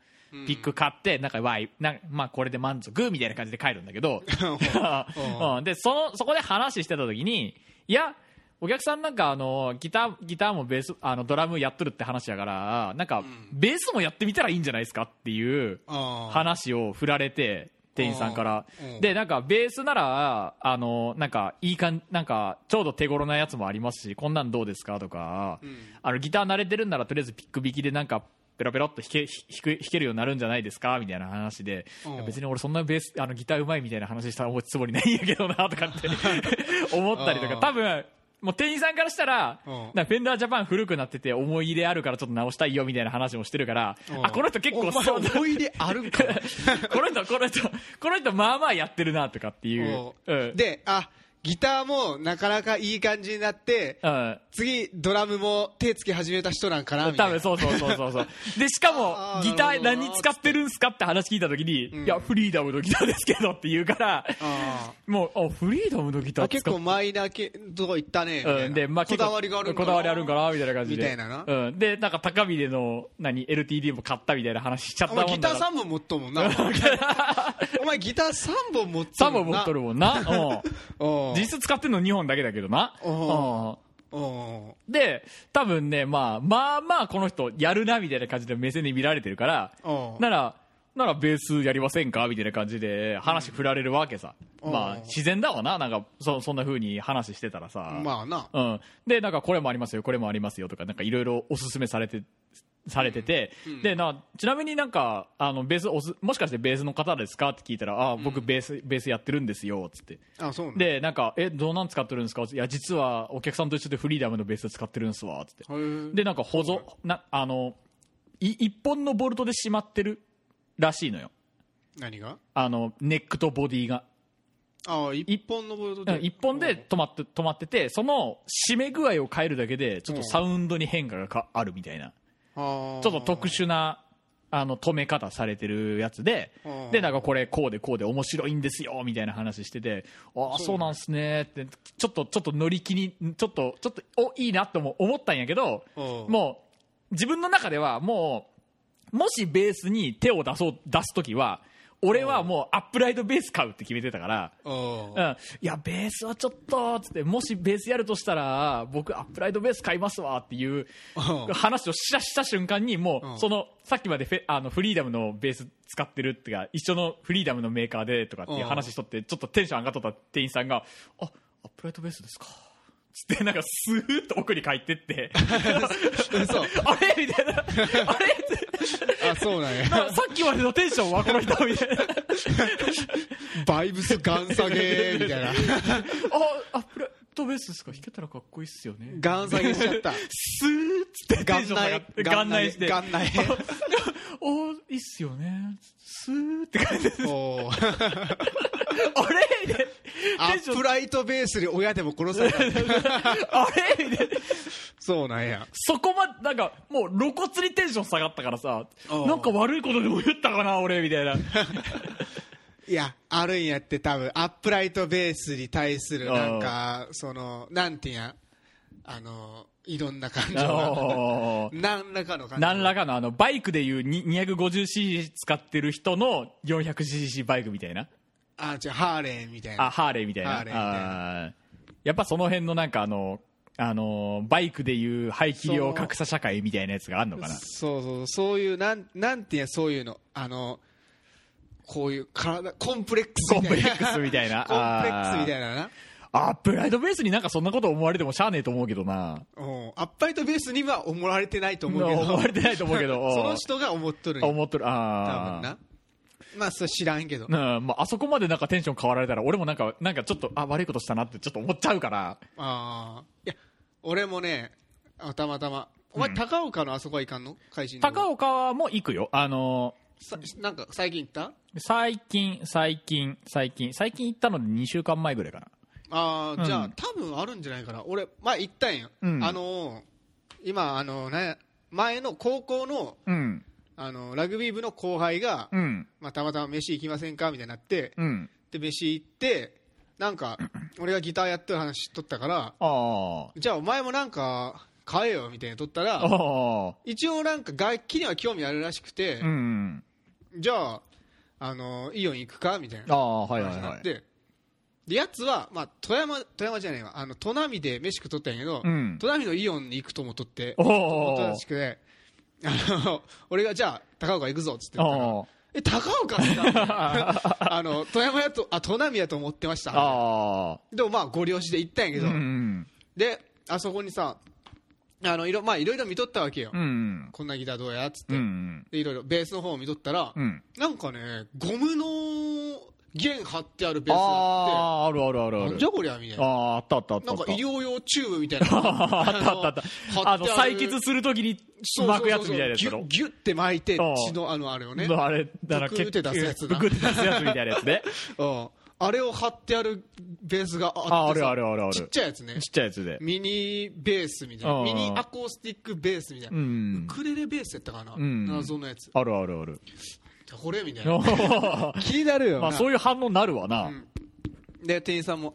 Speaker 1: ピック買って、なんかわいなんまあこれで満足みたいな感じで帰るんだけど、 うん、でそのそこで話してた時にいやお客さんなんかあのギターギターもベースあのドラムやっとるって話やからなんかベースもやってみたらいいんじゃないですかっていう
Speaker 2: あー
Speaker 1: 話を振られて店員さんから
Speaker 2: うん
Speaker 1: でなんかベースならあのなんかいい感じなんかちょうど手頃なやつもありますしこんなんどうですかとか、あのギター慣れてるんならとりあえずピック弾きでなんかペロペロっと弾け弾く弾けるようになるんじゃないですかみたいな話で、
Speaker 2: うん
Speaker 1: いや別に俺そんなベースあのギターうまいみたいな話したつもりないんやけどなとかって 思ったりと
Speaker 2: う
Speaker 1: か
Speaker 2: ん
Speaker 1: 多分もう店員さんからしたら、
Speaker 2: うん
Speaker 1: なんかフェンダージャパン古くなってて思い入れあるからちょっと直したいよみたいな話もしてるから、
Speaker 2: うん
Speaker 1: あこの人結
Speaker 2: お
Speaker 1: 構
Speaker 2: 前
Speaker 1: そうだ
Speaker 2: 思い出あるんか
Speaker 1: この人この人この人まあまあやってるなとかっていう、う
Speaker 2: うん
Speaker 1: ん、
Speaker 2: であギターもなかなかいい感じになって
Speaker 1: うん、
Speaker 2: 次ドラムも手つき始めた人なんかなみ
Speaker 1: 多
Speaker 2: たいな
Speaker 1: 分そうそうそうそう そうでしか
Speaker 2: あ
Speaker 1: も
Speaker 2: ー
Speaker 1: ギタ
Speaker 2: な
Speaker 1: ー
Speaker 2: るほどな
Speaker 1: 何使ってるんすかって話聞いた時に、いやフリーダムのギターですけどって言うから
Speaker 2: あ
Speaker 1: もうあフリーダムのギター
Speaker 2: ーあ
Speaker 1: 使っ
Speaker 2: 結構マイナー系とこ行ったねみたいな
Speaker 1: うん、で、まあ、
Speaker 2: こ
Speaker 1: 結構
Speaker 2: だわりがあるんかな
Speaker 1: こだわりあるんかなみたいな感じで
Speaker 2: みたいなな
Speaker 1: うん、でなんか高峰の何 LTD も買ったみたいな話しちゃっ
Speaker 2: お
Speaker 1: たもん
Speaker 2: 前
Speaker 1: だか
Speaker 2: ギター
Speaker 1: ら
Speaker 2: 3本持っとんもんなお前ギター3本持っと
Speaker 1: 3
Speaker 2: んも
Speaker 1: 本
Speaker 2: ん
Speaker 1: 持
Speaker 2: な
Speaker 1: っとるもんな、う
Speaker 2: お
Speaker 1: ん、
Speaker 2: う
Speaker 1: 実質使ってんの2本だけだけどな、
Speaker 2: う
Speaker 1: う
Speaker 2: ん
Speaker 1: ん
Speaker 2: お
Speaker 1: で多分ね、まあ、まあまあこの人やるなみたいな感じで目線で見られてるから
Speaker 2: うおう
Speaker 1: ならならベースやりませんかみたいな感じで話振られるわけさ、
Speaker 2: うん
Speaker 1: まあ
Speaker 2: うん
Speaker 1: 自然だわななんかそそんな風に話してたらさ、
Speaker 2: まあな
Speaker 1: うん、でなんかこれもありますよこれもありますよとかなんかいろいろおすすめされてされてて、でなちなみになんかあのベースおすもしかしてベースの方ですかって聞いたらあ僕ベース、ベースやってるんですよっつって
Speaker 2: あそうね
Speaker 1: でなんかえどうなん使ってるんですかいや実はお客さんと一緒でフリーダムのベース使ってるんですわっつって
Speaker 2: へー
Speaker 1: でなんか保存なあのい一本のボルトでしまってるらしいのよ
Speaker 2: 何が
Speaker 1: あのネックとボディが
Speaker 2: ああ一本のボルト
Speaker 1: うん
Speaker 2: で
Speaker 1: 一本で止まって止まっててその締め具合を変えるだけでちょっとサウンドに変化がかあるみたいな
Speaker 2: ちょ
Speaker 1: ちょっと特殊なあの止め方されてるやつで
Speaker 2: うん
Speaker 1: でなんかこれこうでこうで面白いんですよみたいな話しててああそうなんすねってちょっとちょっと乗り気にちょっとちょっとおいいなとも思ったんやけど
Speaker 2: うん
Speaker 1: もう自分の中ではもうもしベースに手を出そう出す時は俺はもうアップライトベース買うって決めてたから。
Speaker 2: おう
Speaker 1: うん、いや、ベースはちょっとつって、もしベースやるとしたら、僕、アップライトベース買いますわっていう
Speaker 2: おう
Speaker 1: 話をしだした瞬間に、も
Speaker 2: うん
Speaker 1: う、その、さっきまでフェあのフリーダムのベース使ってるってか、一緒のフリーダムのメーカーでとかっていう話しとって、ちょっとテンション上がっとった店員さんが、あアップライトベースですか。つってなんかスーッと奥に帰ってって
Speaker 2: 嘘
Speaker 1: あれみたいなあれって
Speaker 2: あそうなんや
Speaker 1: なんかさっきまでのテンションはこの人みたいな
Speaker 2: バイブスガン下げみたいな
Speaker 1: あアップライトベースですか弾けたらかっこいいっすよね
Speaker 2: ガン下げしちゃ った
Speaker 1: スーッつってテンション下がって
Speaker 2: ガ
Speaker 1: ガ
Speaker 2: ン
Speaker 1: ン
Speaker 2: ナ
Speaker 1: ナ
Speaker 2: イ
Speaker 1: イして
Speaker 2: ガンナイ
Speaker 1: おおいいっすよねスーって感じで
Speaker 2: おう
Speaker 1: あれで
Speaker 2: ア
Speaker 1: テンシ
Speaker 2: ッ
Speaker 1: ョ
Speaker 2: プ
Speaker 1: ン
Speaker 2: ライトベースで親でも殺された
Speaker 1: あれで
Speaker 2: そうなんや
Speaker 1: そこまでなんかもう露骨にテンション下がったからさ
Speaker 2: おう
Speaker 1: なんか悪いことでも言ったかな俺み たいない
Speaker 2: やあるんやって多分アップライトベースに対するなんかそのなんていうんやあのいろんな感情が
Speaker 1: おー
Speaker 2: 何らかの感情が
Speaker 1: 何らかのあのバイクでいうに 250cc 使ってる人の 400cc バイクみたいな
Speaker 2: あ違うハーレーみたい
Speaker 1: あ
Speaker 2: な
Speaker 1: ハーレーみたいな
Speaker 2: ハーレーみたい
Speaker 1: あーやっぱその辺のなんかあのあのバイクでいう排気量格差社会みたいなやつがあるのかな
Speaker 2: そうそうそういうなんなんていうんやそういうのあのこういう体コンプレックス
Speaker 1: コン
Speaker 2: み
Speaker 1: プレ
Speaker 2: たいな
Speaker 1: ックスみたいな
Speaker 2: コンプレックスみた
Speaker 1: ない
Speaker 2: なな
Speaker 1: アップライトベースになんかそんなこと思われてもしゃあねえと思うけどな
Speaker 2: うんアップライトベースには思われてないと思うけど
Speaker 1: 思われてないと思うけど
Speaker 2: その人が思っとるんや
Speaker 1: 思っとる
Speaker 2: 多分
Speaker 1: ああ
Speaker 2: なまあそれ知らんけど
Speaker 1: うんまあ、あそこまでなんかテンション変わられたら俺もなんかなんかちょっとあ悪いことしたなってちょっと思っちゃうから
Speaker 2: ああいや俺もねあたまたまお前、高岡のあそこは行かんの会心
Speaker 1: 高岡も行くよあの
Speaker 2: さなんか最近行った
Speaker 1: 最近最近最近最近行ったので2週間前ぐらいかな
Speaker 2: ああじゃあ、
Speaker 1: うん
Speaker 2: 多分あるんじゃないかな俺前行ったんよ、
Speaker 1: うん
Speaker 2: あのー今あのね前の高校の
Speaker 1: うん
Speaker 2: あのラグビー部の後輩が、
Speaker 1: うん
Speaker 2: まあ、たまたま飯行きませんかみたいになって
Speaker 1: うん
Speaker 2: で飯行ってなんか俺がギターやってる話しとったから
Speaker 1: あ
Speaker 2: じゃあお前もなんか買えよみたいにとった
Speaker 1: ああ
Speaker 2: ら
Speaker 1: あ
Speaker 2: 一応なんか楽器には興味あるらしくて、
Speaker 1: うん
Speaker 2: じゃあ、あのイオン行くかみたい
Speaker 1: あ
Speaker 2: な
Speaker 1: あはいはい
Speaker 2: 話に
Speaker 1: は
Speaker 2: なっ
Speaker 1: い
Speaker 2: て、でやつは、まあ、富山富山じゃないわあの砺波で飯食っとったんやけど、
Speaker 1: うん
Speaker 2: 砺波のイオンに行くともとって
Speaker 1: おー
Speaker 2: 思っとったらしくてあの俺がじゃあ高岡行くぞっつって言ったから
Speaker 1: あ
Speaker 2: え高岡って言ったの あの富山やとあ砺波やと思ってまし
Speaker 1: あ
Speaker 2: た
Speaker 1: ああ
Speaker 2: でもまあご利用しで行ったんやけ
Speaker 1: う
Speaker 2: ど、
Speaker 1: ん
Speaker 2: であそこにさあのいろまあいろいろ見とったわけよ、
Speaker 1: うん
Speaker 2: こんなギターどうやっつって、
Speaker 1: うんうん
Speaker 2: でいろいろベースの方を見とったら、
Speaker 1: うん
Speaker 2: なんかねゴムの弦貼ってあるベースがあ
Speaker 1: ああーあるあるある
Speaker 2: っ
Speaker 1: ある
Speaker 2: てなんじゃこりゃみたい
Speaker 1: あ
Speaker 2: な
Speaker 1: ああったあったあった
Speaker 2: な
Speaker 1: あ
Speaker 2: ん
Speaker 1: っ
Speaker 2: か
Speaker 1: た
Speaker 2: 医療用チューブみたいな
Speaker 1: あったあったあったあの
Speaker 2: 貼っ
Speaker 1: 採
Speaker 2: てる
Speaker 1: 血するときに
Speaker 2: そうそうそうそう
Speaker 1: 巻くやつみたいなやつだろ
Speaker 2: ギュッギュッて巻いて
Speaker 1: ああ
Speaker 2: 血のあのあれをね
Speaker 1: あれだから
Speaker 2: ブクーって出すやつだ
Speaker 1: ブクーって出すやつみたいなやつね
Speaker 2: うんあれを貼ってあるベース があってさ
Speaker 1: ああるあるあるあ
Speaker 2: ちっ
Speaker 1: る
Speaker 2: ちゃいやつね
Speaker 1: ちっちゃいやつで
Speaker 2: ミニベースみたい
Speaker 1: あ
Speaker 2: な
Speaker 1: あ
Speaker 2: ミニアコースティックベースみたいな、
Speaker 1: うん
Speaker 2: ウクレレベースやったかな、
Speaker 1: ん
Speaker 2: 謎のやつ
Speaker 1: あるあるある
Speaker 2: これみたい な
Speaker 1: ま
Speaker 2: 気になるよな
Speaker 1: あそういう反応になるわな
Speaker 2: で店員さんも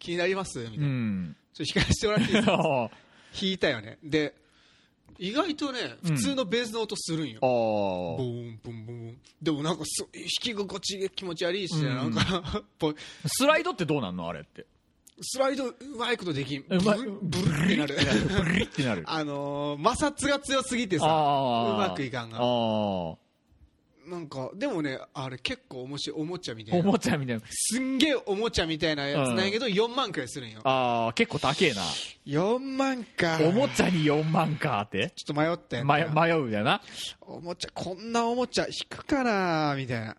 Speaker 2: 気になりますみたいうな、
Speaker 1: ん
Speaker 2: ちょっと控えしてもら っていいですか
Speaker 1: あ
Speaker 2: 弾いたよねで意外とね普通のベースの音するんよ、
Speaker 1: あ
Speaker 2: ボーンボンボンボンでもなんかす弾き心地が気持ち悪いし、なんか ぽい
Speaker 1: スライドってどうなんのあれって
Speaker 2: スライドうまいことできんブ
Speaker 1: うまい
Speaker 2: ルブルってなる
Speaker 1: ブリってなる
Speaker 2: あのー、摩擦が強すぎてさう
Speaker 1: ああ
Speaker 2: まくいかん
Speaker 1: あ
Speaker 2: が
Speaker 1: あ
Speaker 2: なんかでもねあれ結構面白いおもちゃみた
Speaker 1: お
Speaker 2: いな
Speaker 1: もちゃみたいな
Speaker 2: すんげえおもちゃみたいなやつなんやけど4万くらいするんよ
Speaker 1: ああ結構高えな
Speaker 2: 4万か
Speaker 1: おもちゃに4万かって
Speaker 2: ちょっと迷ったよ、
Speaker 1: ま迷うやな
Speaker 2: おもちゃこんなおもちゃ引くかなみたいな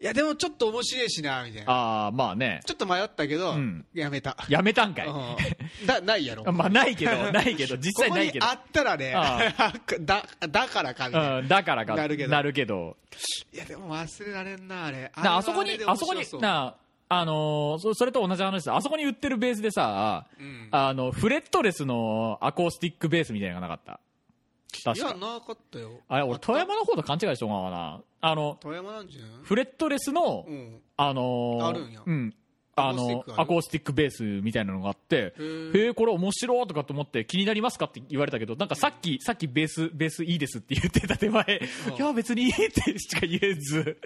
Speaker 2: いやでもちょっと面白いしなみたいな
Speaker 1: ああまあね
Speaker 2: ちょっと迷ったけど、
Speaker 1: うん
Speaker 2: やめた
Speaker 1: やめたんかい
Speaker 2: うんだないやろ
Speaker 1: まあないけどない けど実際ないけど
Speaker 2: ここにあったらね
Speaker 1: あ
Speaker 2: だだからかみたいな、
Speaker 1: うんだからか
Speaker 2: なるけどいやでも忘れられんなあれあれは
Speaker 1: なあそこに
Speaker 2: れで面
Speaker 1: あそこ
Speaker 2: 白
Speaker 1: に
Speaker 2: そう
Speaker 1: なあのーそそれと同じ話ですあそこに売ってるベースでさ、
Speaker 2: うん
Speaker 1: あのフレットレスのアコースティックベースみたいなのがなかった
Speaker 2: い
Speaker 1: 確
Speaker 2: や
Speaker 1: か
Speaker 2: なかったよ
Speaker 1: あれ俺富山の方と勘違いしてもらうかなあの
Speaker 2: 富山なんじゃない
Speaker 1: フレットレスの、
Speaker 2: うん
Speaker 1: あのー
Speaker 2: あるんや
Speaker 1: うんあ
Speaker 2: アコースティ
Speaker 1: の
Speaker 2: ックある
Speaker 1: アコースティックベースみたいなのがあって
Speaker 2: へー
Speaker 1: へえこれ面白いとかと思って気になりますかって言われたけどなんかさっき、さっきベースベースいいですって言ってた手前、いや別にいいってしか言えず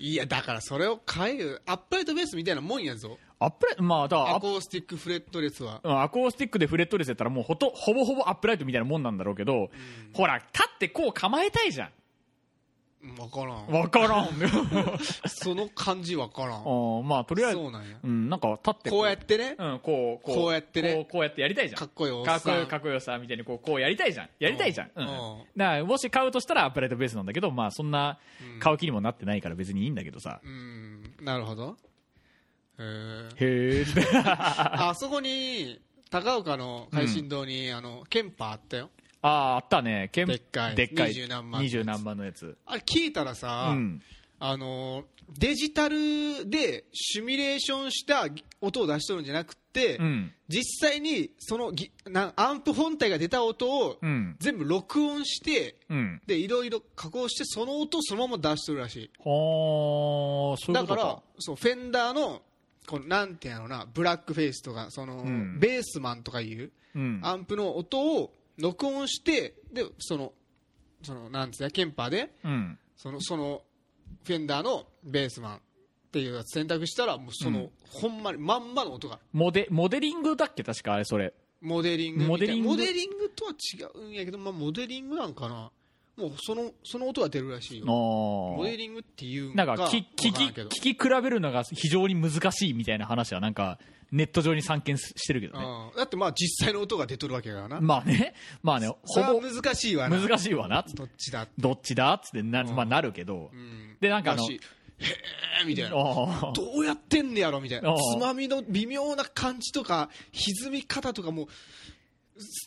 Speaker 2: いやだからそれを変えるアップライトベースみたいなもんやぞ
Speaker 1: アップライまあだからア
Speaker 2: ア
Speaker 1: ップ
Speaker 2: コースティックフレットレスは
Speaker 1: うんアコースティックでフレットレスやったらもうほとほぼほぼアップライトみたいなもんなんだろうけど、ほら立ってこう構えたいじゃ
Speaker 2: 分から
Speaker 1: ん
Speaker 2: ん
Speaker 1: わから ん
Speaker 2: その感じ分からん
Speaker 1: うんまあとりあえず
Speaker 2: そうなんや
Speaker 1: うん、なんか立って
Speaker 2: こうやってね
Speaker 1: うん、こうこう
Speaker 2: こうやってね
Speaker 1: こうこうやってやりたいじゃん
Speaker 2: かっこいいおっ
Speaker 1: か
Speaker 2: さ
Speaker 1: っ
Speaker 2: ん
Speaker 1: こよかっこよさみたいにこうこうやりたいじゃんやりたいじゃん、う
Speaker 2: うんん
Speaker 1: だ
Speaker 2: うん
Speaker 1: からもし買うとしたらアップライトベースなんだけどまあそんな買う気にもなってないから別にいいんだけどさ、
Speaker 2: うんなるほどへー
Speaker 1: へえ
Speaker 2: あそこに高岡の海神堂に、あのケンパあったよ
Speaker 1: あああったねけん
Speaker 2: でっかい
Speaker 1: でっかい
Speaker 2: 20何万のやつ
Speaker 1: 20何万のやつ
Speaker 2: あれ聞いたらさ、
Speaker 1: うん
Speaker 2: あのデジタルでシミュレーションした音を出しとるんじゃなくて、
Speaker 1: うん
Speaker 2: 実際にそのぎなアンプ本体が出た音を
Speaker 1: うん
Speaker 2: 全部録音して
Speaker 1: うん
Speaker 2: でいろいろ加工してその音をそのまま出しとるらし
Speaker 1: はあそ
Speaker 2: いう
Speaker 1: い
Speaker 2: だ
Speaker 1: うことか
Speaker 2: からそうフェンダーのこのなんていうのなブラックフェイスとかその、
Speaker 1: ん
Speaker 2: ベースマンとかいう
Speaker 1: うん
Speaker 2: アンプの音を録音してでそのそのなんつうやケンパーで
Speaker 1: うん
Speaker 2: そのそのフェンダーのベースマンっていうやつ選択したらもうその、
Speaker 1: うん
Speaker 2: ほんまにまんまの音が
Speaker 1: モデモデリングだっけ確かあれそれ
Speaker 2: モデリングみたいな
Speaker 1: モ
Speaker 2: モ
Speaker 1: デ
Speaker 2: デ
Speaker 1: リ
Speaker 2: リングとは違うんやけど、まあ、モデリングなんかなもうそのその音が出るらしいよ
Speaker 1: モ
Speaker 2: モデリングっていう
Speaker 1: なんかき聞き
Speaker 2: わからんけ
Speaker 1: 聞き比べるのが非常に難しいみたいな話はなんかネット上に散見すしてるけど
Speaker 2: ど
Speaker 1: ね
Speaker 2: うんだってまあ実際の音が出とるわけだからな、
Speaker 1: まあねまあね
Speaker 2: そ
Speaker 1: ほ
Speaker 2: れ
Speaker 1: ぼ
Speaker 2: は難しいわな
Speaker 1: 難しいわな
Speaker 2: どっちだって
Speaker 1: どっちだっつってな,、まあ、なるけど、
Speaker 2: うん
Speaker 1: でなんかあ
Speaker 2: だ
Speaker 1: の
Speaker 2: しへえみたいな
Speaker 1: あー
Speaker 2: どうやってんねやろみたい
Speaker 1: あ
Speaker 2: な
Speaker 1: あ
Speaker 2: つまみの微妙な感じとか歪み方とかも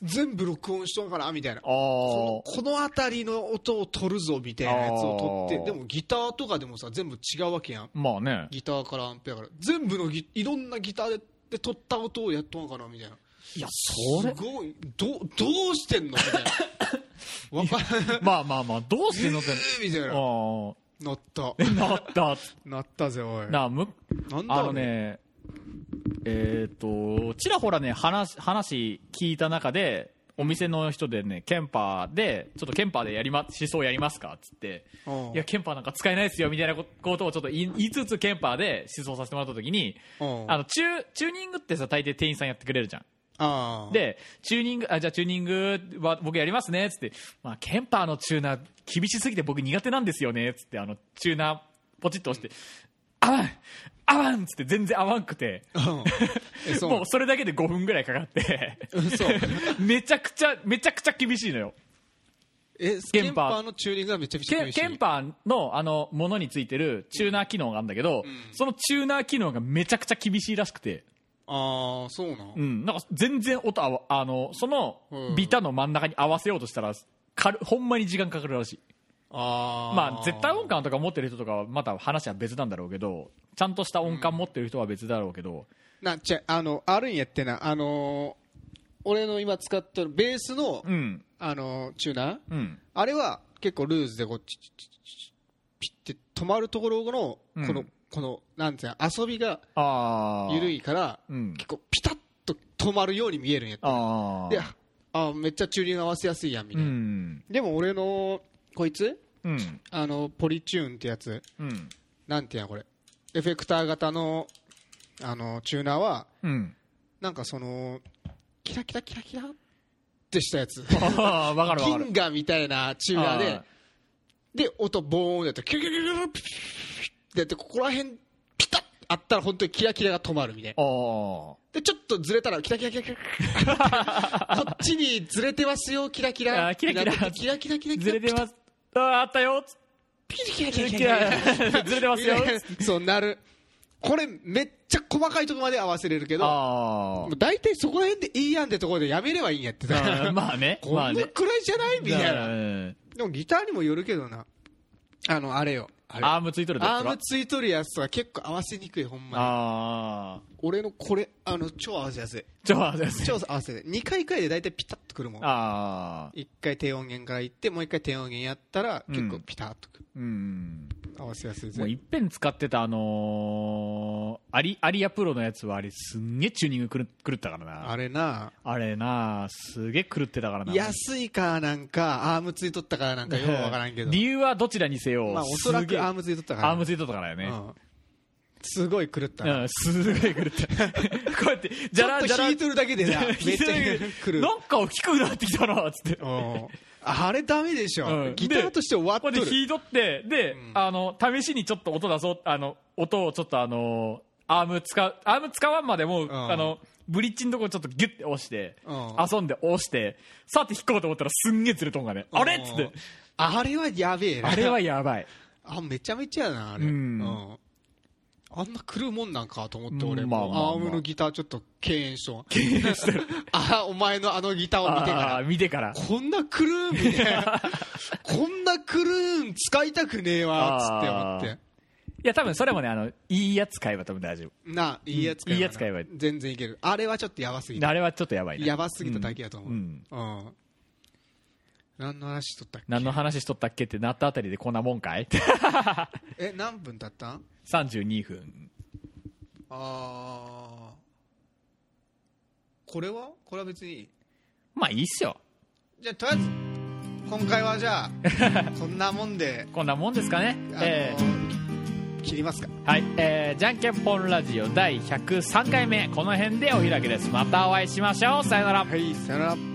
Speaker 2: 全部録音しとんかなみたいな
Speaker 1: あー
Speaker 2: このこの辺りの音を取るぞみたいなやつを取
Speaker 1: ああ
Speaker 2: ってでもギターとかでもさ全部違うわけやん
Speaker 1: まあね
Speaker 2: ギターからアンペアから全部のギいろんなギターでで取った音をやっとんかなみたいない
Speaker 1: やそ
Speaker 2: す
Speaker 1: れ
Speaker 2: ごいどうどうしてんのみたいなわかんない
Speaker 1: まあまあまあどうして乗ってん
Speaker 2: みたいな
Speaker 1: の
Speaker 2: 乗った
Speaker 1: ああなったっつ
Speaker 2: なったぜおい
Speaker 1: なあむ
Speaker 2: なんだ
Speaker 1: あ
Speaker 2: あ
Speaker 1: の
Speaker 2: れ
Speaker 1: ね、えっ、と、ちらほらね、話、話聞いた中で、お店の人でね、ケンパーで、ちょっとケンパーでやりま、思想やりますかっつって、
Speaker 2: うん
Speaker 1: いや、ケンパーなんか使えないですよ、みたいなこことをちょっと言い言いつつ、ケンパーで思想させてもらった時に、
Speaker 2: うん
Speaker 1: あの、チュー、チューニングってさ、大抵店員さんやってくれるじゃん。
Speaker 2: ああ
Speaker 1: で、チューニング、あ、じゃあチューニングは僕やりますね、つって、まあ、ケンパーのチューナー厳しすぎて僕苦手なんですよね、つって、あの、チューナーポチッと押して、あ、あ、合わんっつって全然合わんくて
Speaker 2: うんえそうな
Speaker 1: も
Speaker 2: の
Speaker 1: うそれだけで5分ぐらいかかって
Speaker 2: 嘘
Speaker 1: めちゃくちゃめちゃくちゃ厳しいのよ
Speaker 2: え
Speaker 1: ケ
Speaker 2: ケン
Speaker 1: ンパー
Speaker 2: パーのチューニングがめちゃくちゃ
Speaker 1: ケ
Speaker 2: 厳
Speaker 1: ン
Speaker 2: しい
Speaker 1: ケンパーのあのものについてるチューナー機能があるんだけど、そのチューナー機能がめちゃくちゃ厳しいらしくて、
Speaker 2: ああそうなの
Speaker 1: うん、なんか全然音あわあのその
Speaker 2: うん
Speaker 1: ビタの真ん中に合わせようとしたら軽ほんまに時間かかるらしい
Speaker 2: ああ
Speaker 1: まあ絶対音感とか持ってる人とかはまた話は別なんだろうけどちゃんとした音感持ってる人は別だろうけど、
Speaker 2: なちゃあのあるんやってなあのー俺の今使っとるベースの、
Speaker 1: うん
Speaker 2: あのーチューナー
Speaker 1: うん
Speaker 2: あれは結構ルーズでこうチュチュチュチュチュピッて止まるところの、
Speaker 1: うん
Speaker 2: このこのなんていうの遊びが
Speaker 1: ああ
Speaker 2: 緩いから
Speaker 1: うん
Speaker 2: 結構ピタッと止まるように見えるんやって
Speaker 1: あ
Speaker 2: で
Speaker 1: あ
Speaker 2: ああめっちゃチューニング合わせやすいやんみ
Speaker 1: う
Speaker 2: たいな、
Speaker 1: ん
Speaker 2: でも俺のこいつ
Speaker 1: うん
Speaker 2: あのポリチューンってやつ
Speaker 1: うん
Speaker 2: なんていうんやこれエフェクター型のあのチューナーは
Speaker 1: うん
Speaker 2: なんかそのキラキラキラキラってしたやつ
Speaker 1: ああ分かる分か
Speaker 2: 銀
Speaker 1: る
Speaker 2: 河みたいなチューナーで
Speaker 1: あ
Speaker 2: で音ボーンでやってキュキュキュキュキュピッやってここら辺ピタッあったら本当にキラキラが止まるみたい
Speaker 1: あ
Speaker 2: な
Speaker 1: あ
Speaker 2: でちょっとずれたらキラキラキラキラ こっちにずれてますよキラキ
Speaker 1: あ
Speaker 2: ラ
Speaker 1: ーキラキラ
Speaker 2: ってなってキラキラキラキ
Speaker 1: ず
Speaker 2: ラ
Speaker 1: れてますあーあったよ
Speaker 2: ピキキラキ
Speaker 1: ず
Speaker 2: ラ
Speaker 1: れ
Speaker 2: キラキラ
Speaker 1: てますよ
Speaker 2: そうなるこれめっちゃ細かいところまで合わせれるけど
Speaker 1: あ
Speaker 2: もう大体そこら辺でいいやんってところでやめればいいんやって
Speaker 1: あ うん まあね
Speaker 2: こ
Speaker 1: まあ
Speaker 2: んな
Speaker 1: ね
Speaker 2: くらいじゃないみたい
Speaker 1: うん
Speaker 2: なでもギターにもよるけどなあのあれよあれ
Speaker 1: アームついとるだ
Speaker 2: アームついとるやつとか結構合わせにくいほんま
Speaker 1: あ
Speaker 2: に
Speaker 1: あ
Speaker 2: 俺のこれあの超合わせやすい
Speaker 1: ちょっと待って
Speaker 2: 超合わせで2回くらいで大体ピタッとくるもん
Speaker 1: ああ
Speaker 2: 1回低音源からいってもう1回低音源やったら
Speaker 1: うん
Speaker 2: 結構ピタッとくる
Speaker 1: うん
Speaker 2: 合わせやすいぜ
Speaker 1: もういっぺん使ってたあのーアリアリアプロのやつはあれすんげえチューニング狂狂ったからな
Speaker 2: あれな
Speaker 1: あれなすげえ狂ってたからな
Speaker 2: 安いかなんかアームついとったからなんかようわからんけど
Speaker 1: 理由はどちらにせよ、
Speaker 2: まあおそら
Speaker 1: すげえ
Speaker 2: くアームついとったから
Speaker 1: アームついとったからよね、
Speaker 2: うんすごい狂った
Speaker 1: う、
Speaker 2: なん
Speaker 1: すごい狂った こうやってじ
Speaker 2: ち
Speaker 1: ゃ
Speaker 2: ょ
Speaker 1: ら
Speaker 2: っと
Speaker 1: じゃら
Speaker 2: 弾いとるだけでな めっちゃ狂う
Speaker 1: なんか大きくなってきたなっつって
Speaker 2: うんあれダメでしょ、
Speaker 1: うん
Speaker 2: ギターとして終わっ
Speaker 1: こう
Speaker 2: と
Speaker 1: やって
Speaker 2: る
Speaker 1: 弾いとってで、あの試しにちょっと音出そうあの音をちょっとあのアーム使うアーム使わんまでも、
Speaker 2: ん
Speaker 1: あのブリッジのとこちょっとギュッて押して、
Speaker 2: うん
Speaker 1: 遊んで押してさて弾こうと思ったらすんげえずれとんがね、あれっつっ
Speaker 2: う
Speaker 1: て
Speaker 2: んあれはやべえな
Speaker 1: あれはやばい
Speaker 2: あめちゃめちゃやなあれ、
Speaker 1: うん
Speaker 2: うんあんな狂うもんなんかと思って俺
Speaker 1: うん
Speaker 2: も、
Speaker 1: まあまあまあ
Speaker 2: アームのギターちょっと敬遠しと敬遠してる あお前のあのギターを見て
Speaker 1: あ
Speaker 2: か
Speaker 1: あー見てから
Speaker 2: らこんな狂うんみたい なこんな狂うん使いたくねえわつって思っ
Speaker 1: いや多分それもねあのいいやつ買えば多分大丈
Speaker 2: てなあいいやつ買えばない
Speaker 1: いやつ買えば
Speaker 2: 全然いけるあれはちょっとやばすぎ
Speaker 1: 夫
Speaker 2: た
Speaker 1: あれはちょっとやばいね
Speaker 2: やばすぎただけやと思う
Speaker 1: う
Speaker 2: うんん、何の話しとったっけ
Speaker 1: 何の話しとったっけってなったあたりでこんなもんかい
Speaker 2: え何分経ったん
Speaker 1: 32分
Speaker 2: あーこれはこれは別にいい
Speaker 1: まあいいっすよ
Speaker 2: じゃあとりあえず今回はじゃあこんなもんで、
Speaker 1: こんなもんですかね
Speaker 2: あの
Speaker 1: えー
Speaker 2: 切りますか
Speaker 1: はい、えーじゃんけんぽんラジオ第103回目この辺でお開きですまたお会いしましょうさよなら
Speaker 2: はいさよなら